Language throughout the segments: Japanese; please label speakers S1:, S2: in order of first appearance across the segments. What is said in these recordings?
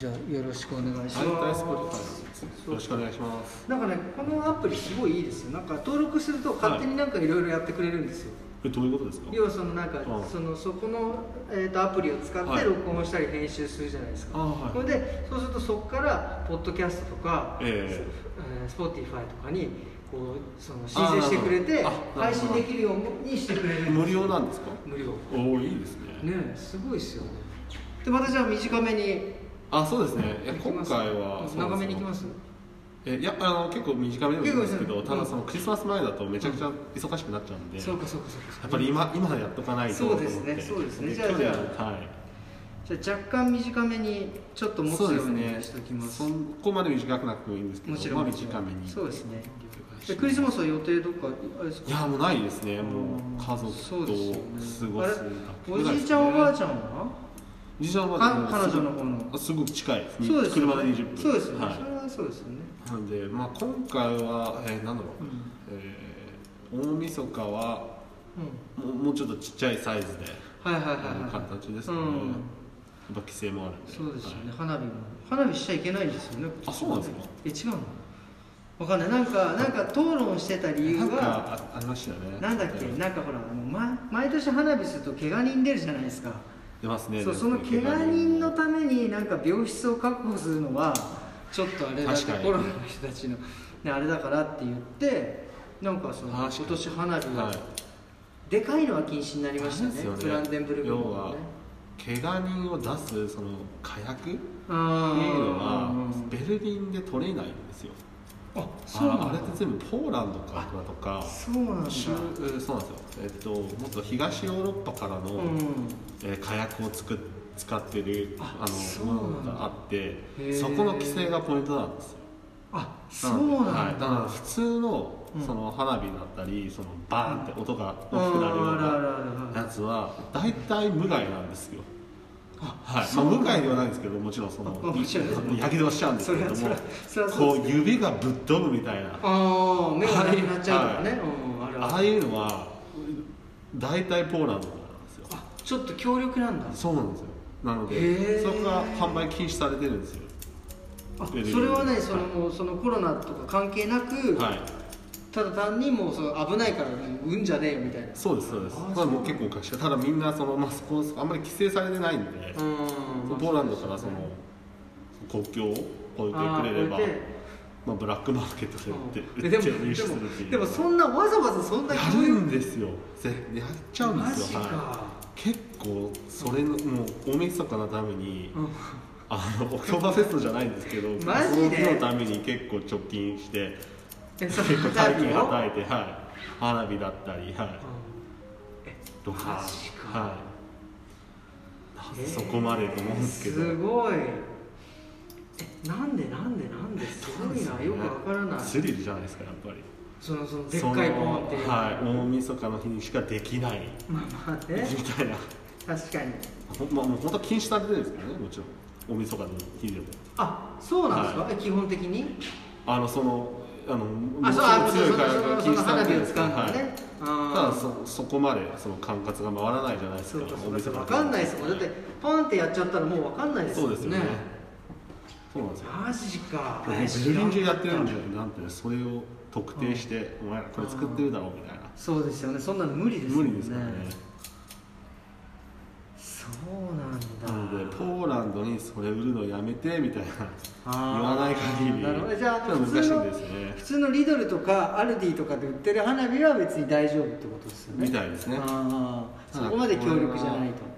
S1: じゃあよろしくお願いします。
S2: はい、大スポリタです。よろしくお願いします。
S1: なんかねこのアプリすごいいいですよ。なんか登録すると勝手になんかいろいろやってくれるんですよ。
S2: え、どういうことですか。
S1: 要はそのなんか
S2: うん
S1: そのそこのえっ、とアプリを使っ
S2: は
S1: て
S2: い
S1: 録音したり編集するじゃないですか。
S2: あはい
S1: それでそうするとそこからポッドキャストとか、
S2: え
S1: スポティファイとかにこうその申請してくれて
S2: あなるほどあ
S1: 配
S2: なるほど
S1: 信できるようにしてくれる
S2: え無料なんですか。
S1: 無料。
S2: おお、いいですね。
S1: ねすごいですよね。でまたじゃあ短めに
S2: あ、そうですね。え、
S1: 行き
S2: 今
S1: ます
S2: 回は。。
S1: 長めに行きますす。
S2: え、いや、あの、結構短めでもいいんですけど、
S1: 結構短
S2: た
S1: い
S2: だ、そのクリスマス前だと、めちゃくちゃ忙しくなっちゃうんで。
S1: そうかそうかそうか。
S2: やっぱり、今、今やっとかないとと思って。
S1: そうですねそうですねじ
S2: じ
S1: ゃ
S2: ゃ
S1: あ
S2: あ、
S1: じゃあ
S2: はい。
S1: じゃあ若干短めにちょっと持つようにしておきます
S2: そこまで短くなくてもいいんですけど、
S1: もちろん
S2: まあ、短めに。
S1: そうですね
S2: 了解し
S1: で
S2: ま
S1: クリスマスは予定どっかあれです
S2: い
S1: か
S2: や、もうないですね。
S1: う
S2: もうん家族
S1: そう
S2: と
S1: ですよ
S2: 過
S1: ね
S2: ごすだけぐらいですね。
S1: おじいちゃんおばあちゃんは
S2: じいちゃんは
S1: か彼女の方の
S2: すごく近いですね
S1: そうですよね
S2: 車で20分
S1: そうですよね、
S2: は
S1: それはそうですよね、
S2: い、なんで、まあ、今回は、えー、なんだろ
S1: う
S2: う、
S1: ん
S2: えー大晦日はもうもうちょっとちっちゃいサイズで、
S1: うん、はいはいは
S2: あ
S1: い
S2: の
S1: はい
S2: 形ですけど、
S1: う
S2: ね
S1: ん
S2: やっぱ規制もあるんで
S1: そうですよね、
S2: はい
S1: 花火も花火しちゃいけないんですよね
S2: あそうなんですか
S1: え違うのわかんないなんかなんか討論してた理由
S2: なん
S1: は
S2: かあありましたよね
S1: なんだっけ
S2: はい
S1: なんかほらあの、ま、毎年花火すると怪我人出るじゃないですか
S2: 出ますね
S1: そうその怪我人のためになんか病室を確保するのはちょっとあれだって
S2: 確かに
S1: コロナの人たちの、ね、あれだからって言ってなんかその今
S2: 確かに
S1: 年花火が、
S2: はい
S1: でかいのは禁止になりましたね
S2: ですよね
S1: ブランデンブルクの
S2: 要は
S1: ね
S2: 怪我人を出すその火薬っていう
S1: あ
S2: のは
S1: ー
S2: ベルリンで取れないんですよ
S1: あそうなん
S2: ああれ
S1: だ
S2: って全部ポーランドからとか
S1: そうなんだ
S2: 中えーそうなんですよ、えっと、もっと東ヨーロッパからの、
S1: うん
S2: えー火薬をつく使ってる
S1: あ
S2: あ
S1: そう
S2: の
S1: なんだ
S2: ものがあって
S1: ー
S2: そこの規制がポイントなんですよ
S1: あそうなんだ、
S2: はい、だから普通の
S1: うん
S2: その花火だったり、そのバーンって音が
S1: あ
S2: 大きくなるよ
S1: ーあらあ
S2: う
S1: らあ
S2: な
S1: ら
S2: やつは大体無害なんですよ
S1: あ
S2: はいまあ、無害ではないんですけどもちろんその
S1: あもちろんですね
S2: やけどしちゃうんです
S1: そ
S2: け
S1: れ
S2: れど
S1: はそ
S2: も
S1: れはそれはそう
S2: こ
S1: です
S2: う指がぶっ飛ぶみたいな
S1: ああ目がなくなっちゃうとかね、
S2: はい
S1: うん、あるある
S2: ああいうのは大体ポーランドからなんですよ
S1: あちょっと強力なんだ
S2: そうなんですよな
S1: へ
S2: の
S1: ー
S2: でそこが販売禁止されてるんですよ
S1: あそ
S2: ベルリン
S1: れはねその
S2: は
S1: もうそのコロナとか関係なく、
S2: はい
S1: ただ単にもうその危ないからうんじゃねえよみたいな
S2: そうですそうです
S1: あ
S2: まあもう結構おかしいただみんなそのマスコンあんまり規制されてないんで
S1: うん
S2: ポーランドからその国境を越えてくれれば
S1: あー越えて
S2: まあブラックマーケットで売 って
S1: うん
S2: 売
S1: で
S2: って
S1: も
S2: 入手
S1: です
S2: るっ
S1: も
S2: ていう
S1: でもそんなわざわざそんな
S2: や
S1: 強
S2: る
S1: 力
S2: んですよぜやっちゃうんですよ
S1: マジか
S2: はい結構それのもう大晦日のために
S1: うん
S2: あのオクトーバーフェストじゃないんですけど
S1: マジで
S2: その日のために結構貯金して
S1: えそ
S2: 結
S1: の
S2: 構
S1: 花
S2: 大
S1: 火
S2: 金
S1: を
S2: 叩いて、はい、花火だったり、はい、とか
S1: マジか
S2: はい、
S1: えー
S2: そこまでと思うんですけど、
S1: すごいえなんでなんでなんですごいなよくわからない
S2: スリルじゃないですかやっぱり
S1: そのそのでっかいボーンっていう
S2: そのはい、大晦日の日にしかできない
S1: まあまあ
S2: み
S1: ね
S2: たいな
S1: 確かに
S2: ほんまあもう本当は禁止されてるんですけどねもちろん大晦日の日でも
S1: あそうなんですか、え基本的に
S2: あのそのあの
S1: あそう
S2: も
S1: あ
S2: ち
S1: そ
S2: ろ
S1: うんそ
S2: 強いから
S1: のそ
S2: 禁
S1: の
S2: 止され
S1: 花火
S2: てる
S1: を
S2: んです
S1: 使うの
S2: かは
S1: はいね、
S2: ただ
S1: あー
S2: そそこまでその管轄が回らないじゃないで
S1: そ
S2: すか
S1: うかそうか
S2: 大晦
S1: そう
S2: 日
S1: か分かんないですもんだってパンってやっちゃったらもう分かんないですも
S2: そ
S1: ん
S2: う
S1: ね
S2: ですよねそうなんですよ
S1: マジか
S2: ベルリン中やってるんじゃなんてそれを特定して、お前らこれ作ってるだろうみたいな、
S1: そうですよねそんなの無理ですよ
S2: 無
S1: ね
S2: 理ですからね
S1: そうなんだ
S2: なのでポーランドにそれ売るのやめてみたいな
S1: あー
S2: 言わない限り
S1: なるほどじゃああ
S2: ちょ
S1: の
S2: っと
S1: 普
S2: 難し
S1: 通
S2: いん
S1: の
S2: ですね
S1: 普通のリドルとかアルディとかで売ってる花火は別に大丈夫ってことですよね
S2: みたいですね
S1: あーそこまで強力じゃないと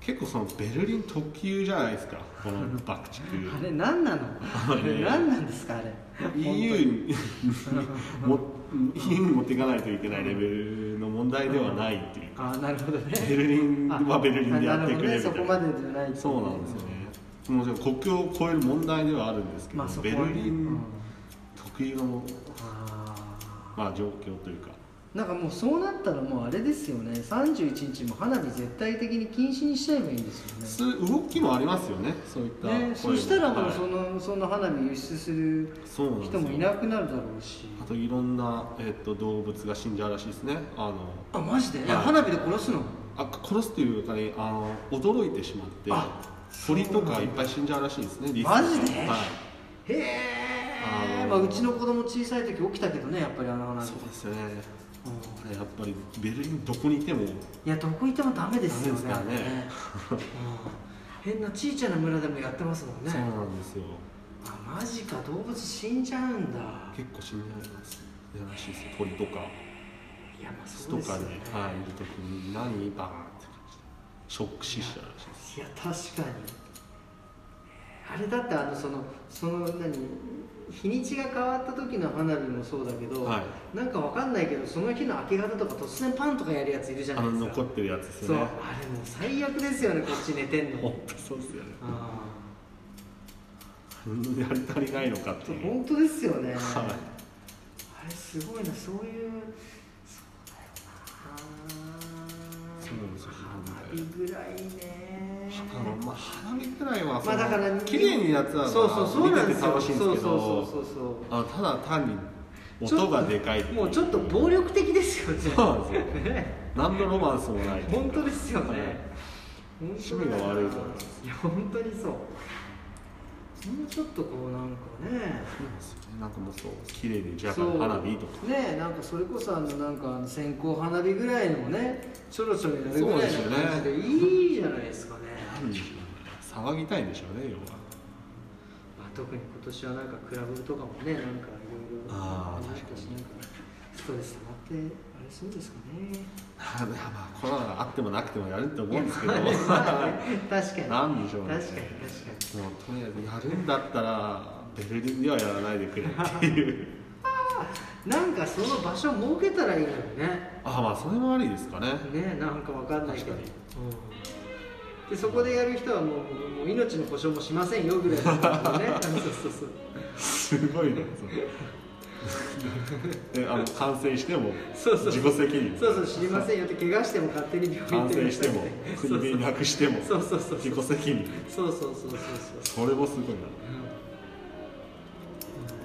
S2: 結構そのベルリン特急じゃないですかこの爆
S1: あ
S2: 竹
S1: れ何なのあ
S2: あれ
S1: れ何なんですかあれ
S2: EU にも EU に持っていかないといけないレベルの問題ではないっていう
S1: ああなるほどね
S2: ベルリンはベルリンでやってく
S1: あなるほど
S2: れみた
S1: ねそこ
S2: い
S1: ま
S2: な
S1: でじゃない
S2: そうなんですよね。もうでも国境を越える問題ではあるんですけど、
S1: まあそこ
S2: ベ
S1: はね
S2: ルリ
S1: うん
S2: ン特有の、
S1: あ
S2: まあ、状況というか、
S1: ーなんかもうそうなったらもうあれですよね31日も花火絶対的に禁止にしちゃえばいいんですよね
S2: そういう動きもありますよね、そういった声も。
S1: ねそしたらも
S2: は
S1: う
S2: い
S1: その,、その花火輸出する
S2: そうなんです
S1: 人
S2: よ
S1: もいなくなるだろうし
S2: あといろんな、えっと動物が死んじゃうらしいですね。あの
S1: あマジで、
S2: はい
S1: いや花火で殺すの
S2: あ殺すというかねあの驚いてしまって
S1: あ
S2: 鳥とかいっぱい死んじゃうらしいですねリスと
S1: マ
S2: か
S1: ジで
S2: はい
S1: へえ、
S2: あ
S1: ま
S2: の
S1: あ、うちの子供小さい時起きたけどねやっぱりあの話
S2: そうですよね
S1: うん
S2: これやっぱりベルリンどこにいても
S1: いやどこ行ってもダメですよね
S2: ダメですからね
S1: あれねうん変なちいちゃな村でもやってますもんね
S2: そうなんですよ
S1: あマジか動物死んじゃうんだ
S2: 結構死んじゃいますらしいですよ鳥とか
S1: いやまあ
S2: 巣
S1: そ
S2: と
S1: うです
S2: か
S1: よ
S2: に、
S1: ね
S2: はい、いる時に何バーンって感じでショック死しちゃうらしいです
S1: いや確かにあれだってあのそのその何日にちが変わった時の花火もそうだけど、
S2: は
S1: なんかわかんないけどその日の明け方とか突然パンとかやるやついるじゃ
S2: あ
S1: ない
S2: の
S1: ですか
S2: 残ってるやつです
S1: そう
S2: よ
S1: あ
S2: ね
S1: れもう最悪ですよねこっち寝てんの
S2: 本当そうですよね
S1: あ
S2: 何でやり足りないのかって
S1: ー
S2: いう
S1: 本当ですよね、
S2: はい
S1: あれすごいなそういうそうだよな
S2: そうなんですよ
S1: 花火ぐらいね
S2: あのまあ花火くらいはそ
S1: まあ
S2: の
S1: だから
S2: 綺麗にやったら
S1: そうそうそうなんで
S2: 見て
S1: す
S2: て
S1: よ
S2: 楽しいんです
S1: そ
S2: け
S1: うそうそ
S2: ど
S1: うそう
S2: あのただ単に音がでかいってい
S1: もうちょっと暴力的ですよね
S2: そうなんですよ
S1: ね
S2: 何のロマンスもないというか
S1: 本当ですよね、
S2: はい
S1: 本当だよ
S2: 趣味が悪いと思いま
S1: いや本当にそうもうちょっとこうなんかね
S2: そうなんですよねなんかもうそう綺麗にジャパ
S1: そう
S2: ン花火とか
S1: ねえなんかそれこそあのなんかあの線香花火ぐらいのねちょろちょろやるぐらい
S2: そうですよ
S1: の
S2: ね
S1: 感じでいいじゃないですかね
S2: なんでしょうね騒ぎたいんでしょうね要は
S1: まあ、特に今年はなんかクラブとかもねなんかいろいろ
S2: あー
S1: なん
S2: 確かに
S1: なんストレス溜まってあれするんですかね
S2: あまあコロナがあってもなくてもやるって思うんですけど
S1: まあね確かに
S2: なんでしょうね
S1: 確かに確かに
S2: もうとりあえずやるんだったらベルリンではやらないでくれっていう
S1: なんかその場所設けたらいいのにね
S2: あまあそれもありですかね
S1: ねなんかわかんないけど、
S2: 確か
S1: うんでそこでやる人はもうもう命の保証もしませんよぐらいの感じ でねそうそうそう
S2: すごいな それえあの感染しても
S1: そうそう
S2: 自己責任
S1: そうそう知りませんよって怪我しても勝手に病院
S2: 感
S1: 行って
S2: 染しても
S1: そう
S2: 国になくしても
S1: そうそうそう
S2: 自己責任
S1: そうそうそうそうそう
S2: それもす
S1: う
S2: ごいな
S1: んいやーそうだっ
S2: 確か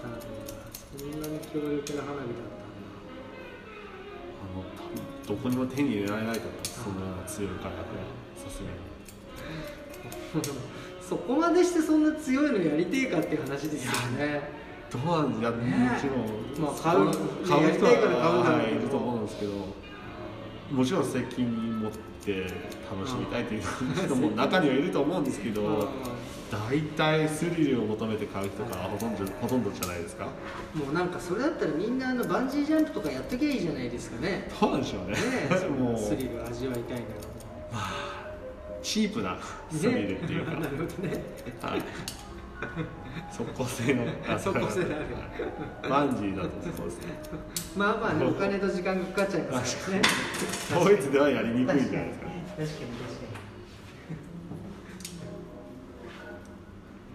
S1: たんだそんなに強力な花火だっ
S2: にあの多分どこにも手に入れられないと思いますそんな強い火薬はさすがに
S1: たんだそこまでしてそんな強いのやりてえかっていう話ですよね
S2: どうなんや、
S1: ね
S2: もちろん、
S1: まあ買う
S2: 買う人は
S1: やりたいから買うんだろう
S2: は
S1: けど
S2: い、いると思うんですけどもちろん責任持って楽しみたいという人も中にはいると思うんですけ
S1: うん
S2: ど大体スリルを求めて買う人がほとんどほとんどじゃないですか
S1: もうなんかそれだったらみんなあのバンジージャンプとかやっときゃいいじゃないですかねね
S2: どうなんでしょうね
S1: えそ
S2: も
S1: のスリ
S2: う
S1: ルを味わいたいな
S2: チープなスリルっていうか、
S1: ねなるほどね
S2: はい速攻 性のあ
S1: 速攻性のある
S2: はいバンジーだとそうですね
S1: まあまあねお金と時間がかかっちゃいますからね
S2: ドイツではやりにくい
S1: 確
S2: ん
S1: か
S2: じ
S1: に確
S2: ゃ
S1: か
S2: ない
S1: に
S2: ですか
S1: 確かになるほどね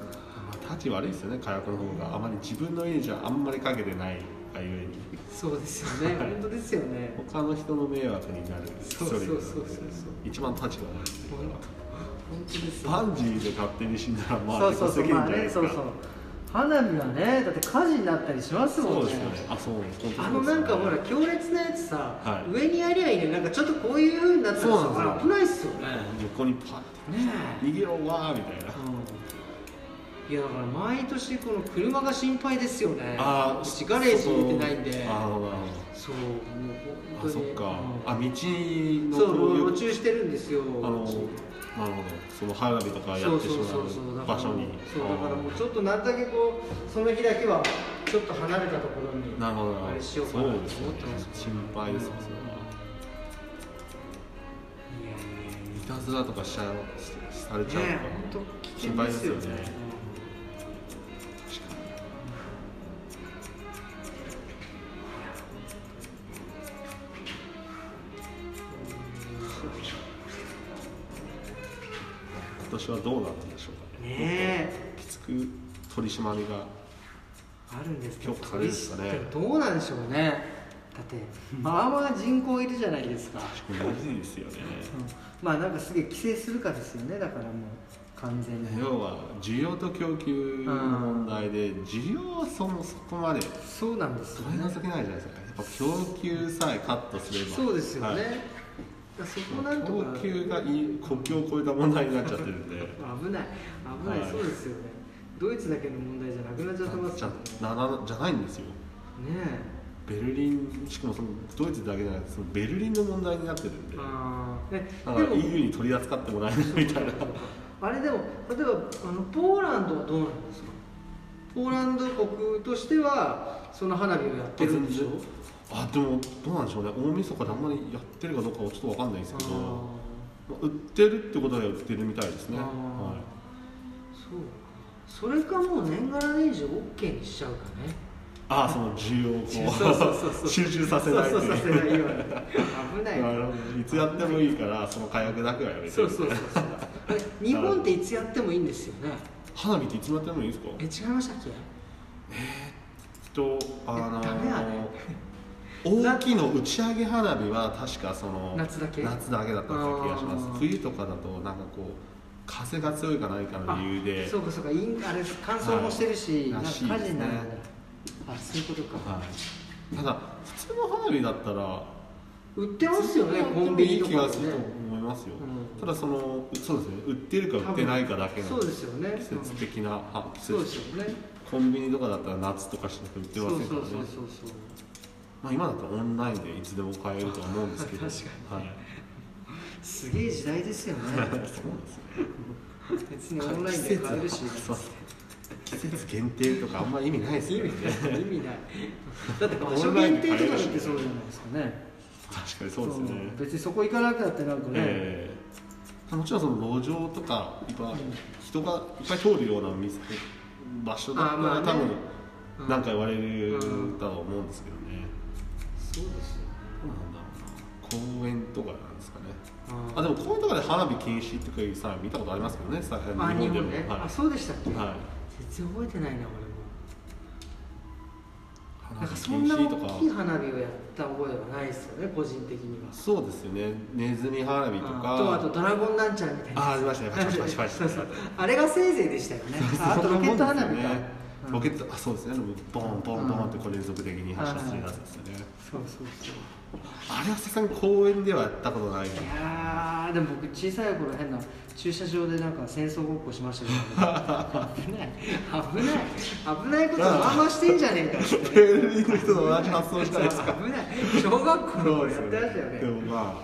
S2: まあ、立ち悪いですよね火薬の方があまり自分の家じゃあんまりかけてないがゆえに
S1: そうですよね本当ですよね
S2: 他の人の迷惑になる
S1: そうそうそうそうそう
S2: ストーリーなので一番立ちが悪いですね
S1: 本当ですよ
S2: バンジーで勝手に死んだらまあ
S1: そう
S2: 自
S1: そう
S2: 己
S1: そう
S2: 責任じ
S1: まあ
S2: ゃない
S1: ね
S2: です
S1: そう
S2: か
S1: そう花火はねだって火事になったりしますも
S2: そ
S1: んね
S2: うですよねあそうです本当
S1: あ
S2: そ
S1: の
S2: うです
S1: な
S2: よね
S1: んかほら強烈なやつさ、
S2: はい
S1: 上にやりゃいいのになんかちょっとこういうふうになったら
S2: そうな
S1: さ
S2: んですよ
S1: 危ないっすよね
S2: 横にパッて
S1: ね
S2: 逃げろわーみたいな
S1: え、うん、いやだから毎年この車が心配ですよね
S2: あ
S1: う
S2: ー
S1: ちガレージ入れてないんで
S2: あーなるほど
S1: そうもう本
S2: あ
S1: 当
S2: そっ
S1: に
S2: か
S1: うん
S2: あ道の
S1: そうもう
S2: こう
S1: 路
S2: いう
S1: 中してるんですよ
S2: あのなるほどその花火とかやってしまう場所に
S1: そうだからもう
S2: あ
S1: ちょっとなるだけこうその日だけはちょっと離れたところに
S2: ーなるほど
S1: あれしようかな
S2: そ
S1: と
S2: う
S1: 思っ
S2: ですね
S1: てます
S2: 心配ですよそれは。いたずらとかしちゃうしされちゃう
S1: ね
S2: と
S1: 本
S2: か、
S1: 当危
S2: 心
S1: 険
S2: 配
S1: で
S2: ですす
S1: よ
S2: よ
S1: ね
S2: ね。今年はどうなったんでしょうか
S1: ね
S2: ね。
S1: え
S2: きつく取り締まりが、
S1: あるんですけど
S2: 強化されるんですかね
S1: どうなんでしょうねだってまあまあ人口いるじゃないですか
S2: 確かに大事ですよね。
S1: まあなんかすげえ規制するかですよねだからもう完全に
S2: 要は需要と供給の問題で需要はそもそこまで
S1: そうなんですよ
S2: 取り除
S1: ね
S2: けないじゃないですかやっぱ供給さえカットすれば
S1: そうですよね、
S2: はい
S1: だからそこなんとか
S2: 供給がいい国境を越えた問題になっちゃってるんで
S1: 危 ない危ない、
S2: はい
S1: そうですよねドイツだけの問題じゃなくなっちゃってます
S2: じ
S1: よ
S2: ゃ
S1: ね
S2: ななじゃないんですよ
S1: ね
S2: ベルリンしかもそのドイツだけじゃなくてそのベルリンの問題になってるん
S1: え
S2: で
S1: あーね
S2: だから
S1: でも
S2: EU に取り扱ってもらえない みたいな
S1: あれでも例えばあのポーランドはどうなんですかポーランド国としてはその花火をやってるんでしょ
S2: あでもどうなんでしょうね大晦日であんまりやってるかどうかはちょっとわかんないですけ
S1: あ
S2: どまあ売ってるってことでは売ってるみたいですね
S1: あー
S2: はい
S1: ーそうそれかもう年がら年中 OK にしちゃうかね
S2: ああその需要を
S1: そうそうそう
S2: こ
S1: そうう
S2: 集中させないって
S1: そうそうさせ
S2: いう
S1: ないように危ない
S2: なるほどいつやってもいいからその火薬だけはやめて
S1: そうそうそうそうあれ日本っていつやってもいいんですよね
S2: 花火っていつまでやってもいいんですか
S1: え違いましたっけ
S2: とあのー
S1: ダメあれ
S2: 大きいの打ち上げ花火は確かその
S1: 夏だけ
S2: 夏だけだったような気がしま
S1: あ
S2: す
S1: ー
S2: 冬とかだとなんかこう風が強いか何かの理由で
S1: そうかそうかインあれ乾燥もしてるし、
S2: は
S1: なん
S2: い
S1: から火
S2: し
S1: 事
S2: い
S1: に
S2: で
S1: なるんだ、あ
S2: すね
S1: そういうことか、
S2: はい、ただ普通の花火だったら
S1: 売ってますよねコンビニ
S2: いい
S1: と
S2: 気が
S1: かですね
S2: ると思いますよ、
S1: うん
S2: ただそのそうですね売ってるか売ってないかだけの
S1: そうですよね
S2: 季節的な、あ季
S1: そうで
S2: 節
S1: すよね
S2: コンビニとかだったら夏とかしか売って
S1: そう
S2: ま
S1: そ
S2: せ
S1: うん
S2: か
S1: そ
S2: ら
S1: うそう
S2: ね
S1: そう
S2: まあ、今だとオンラインでいつでも買えるとは思うんですけど
S1: 確か
S2: に、はい
S1: すげえ時代ですよ ね別にオンラインで買えるし
S2: そう季節限定とかあんまり意味ないです
S1: 意
S2: よね
S1: 味ない意味ないだって場所限定とかだってそうじゃないですかね
S2: 確かにそうですね
S1: 別にそこ行かなくたってなんかね、
S2: ええもちろんその路上とかいっぱい人がいっぱい通るような店場所だったら、
S1: あまあね
S2: 多
S1: う
S2: 分
S1: ん
S2: なんか言われるとは思うんですけどね、
S1: そうですよ
S2: どうなんだろうな公園とかなんですかねあ
S1: あ
S2: でも公園とかで花火禁止とかいうさ見たことありますけどねさ日
S1: あ
S2: 本
S1: 日
S2: で
S1: 本
S2: も
S1: ね、
S2: は
S1: あそうでしたっけ、
S2: い、はい、
S1: 全然覚えてないな俺もな
S2: 花
S1: んか
S2: 火
S1: そ
S2: 禁
S1: んな
S2: 止と
S1: 大
S2: か
S1: きい花火をやった覚えはないですよね個人的には
S2: そうですよねネズミ花火とか
S1: とあとドラゴンなんちゃらみたいな
S2: あありましたねパチパチパチパチ
S1: そうそう あれがせいぜいでしたよねああとロケット花火か、うん
S2: ロケットあそうですねボンボンボンってこう連続的に発射するやつですよね、
S1: そうそうそう
S2: あれはさすがに公園ではやったことない
S1: いやーでも僕小さい頃変な駐車場でなんか戦争ごっこしましたけど危ない危ない危ないことまあまあしてんじゃねえかって
S2: ベルリンの人と同じ発想じゃないですか
S1: 危ない小学校の頃やってましたよね
S2: でもま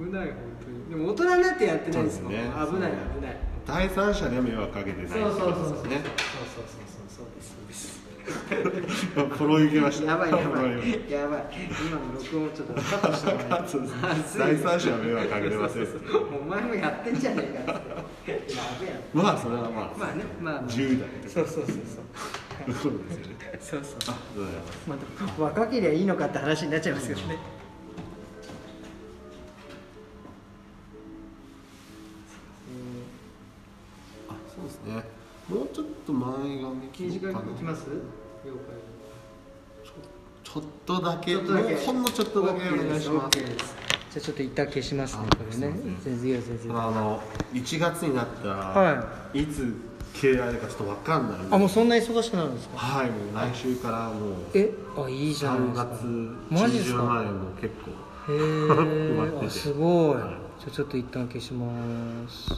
S2: あ
S1: 危ない本当にでも大人になってやってないですもん
S2: そうですね
S1: 危ない
S2: そうね
S1: 危ない
S2: 第三者には迷惑かけてないって
S1: そうそうそうそうそうそうそう
S2: ことです
S1: そうですそうです
S2: よねプロ行きました
S1: やばいやば
S2: プロ行き
S1: いやばい今の録音をちょっとカットしてもら
S2: ましたそうです
S1: まずい
S2: 第三者は迷惑かけてません
S1: そうそうそうお前もやってんじゃねえかってやべえ
S2: まあそれはま
S1: な
S2: あ、
S1: まあねまあ、まあ、
S2: 10代
S1: そうそうそう
S2: ところですよね
S1: そうそうそう
S2: あどうだろう
S1: また若けりゃいいのかって話になっちゃいますけどね
S2: あそうですねもうちょっと前髪
S1: 刑事課に行きます了
S2: ちょっとだけ
S1: ちょっとだけ
S2: もうほんのちょっとだけお願いします
S1: OK ですじゃあちょっと一旦消しますね
S2: あ
S1: これね
S2: すいませ
S1: 全然いいよ全
S2: あ
S1: 然いいよ
S2: の1月になったら、、
S1: はい
S2: つ消えられるかちょっとわかんないんで
S1: あもうそんな忙しくなるんですか
S2: はいもう来週からもう
S1: えあいいじゃない
S2: 3
S1: ですか
S2: 月
S1: マジ
S2: 中
S1: です
S2: 旬ま
S1: か
S2: でもう結構
S1: へ
S2: 埋まって
S1: え
S2: て
S1: すごい、
S2: はい
S1: じゃあちょっと一旦消します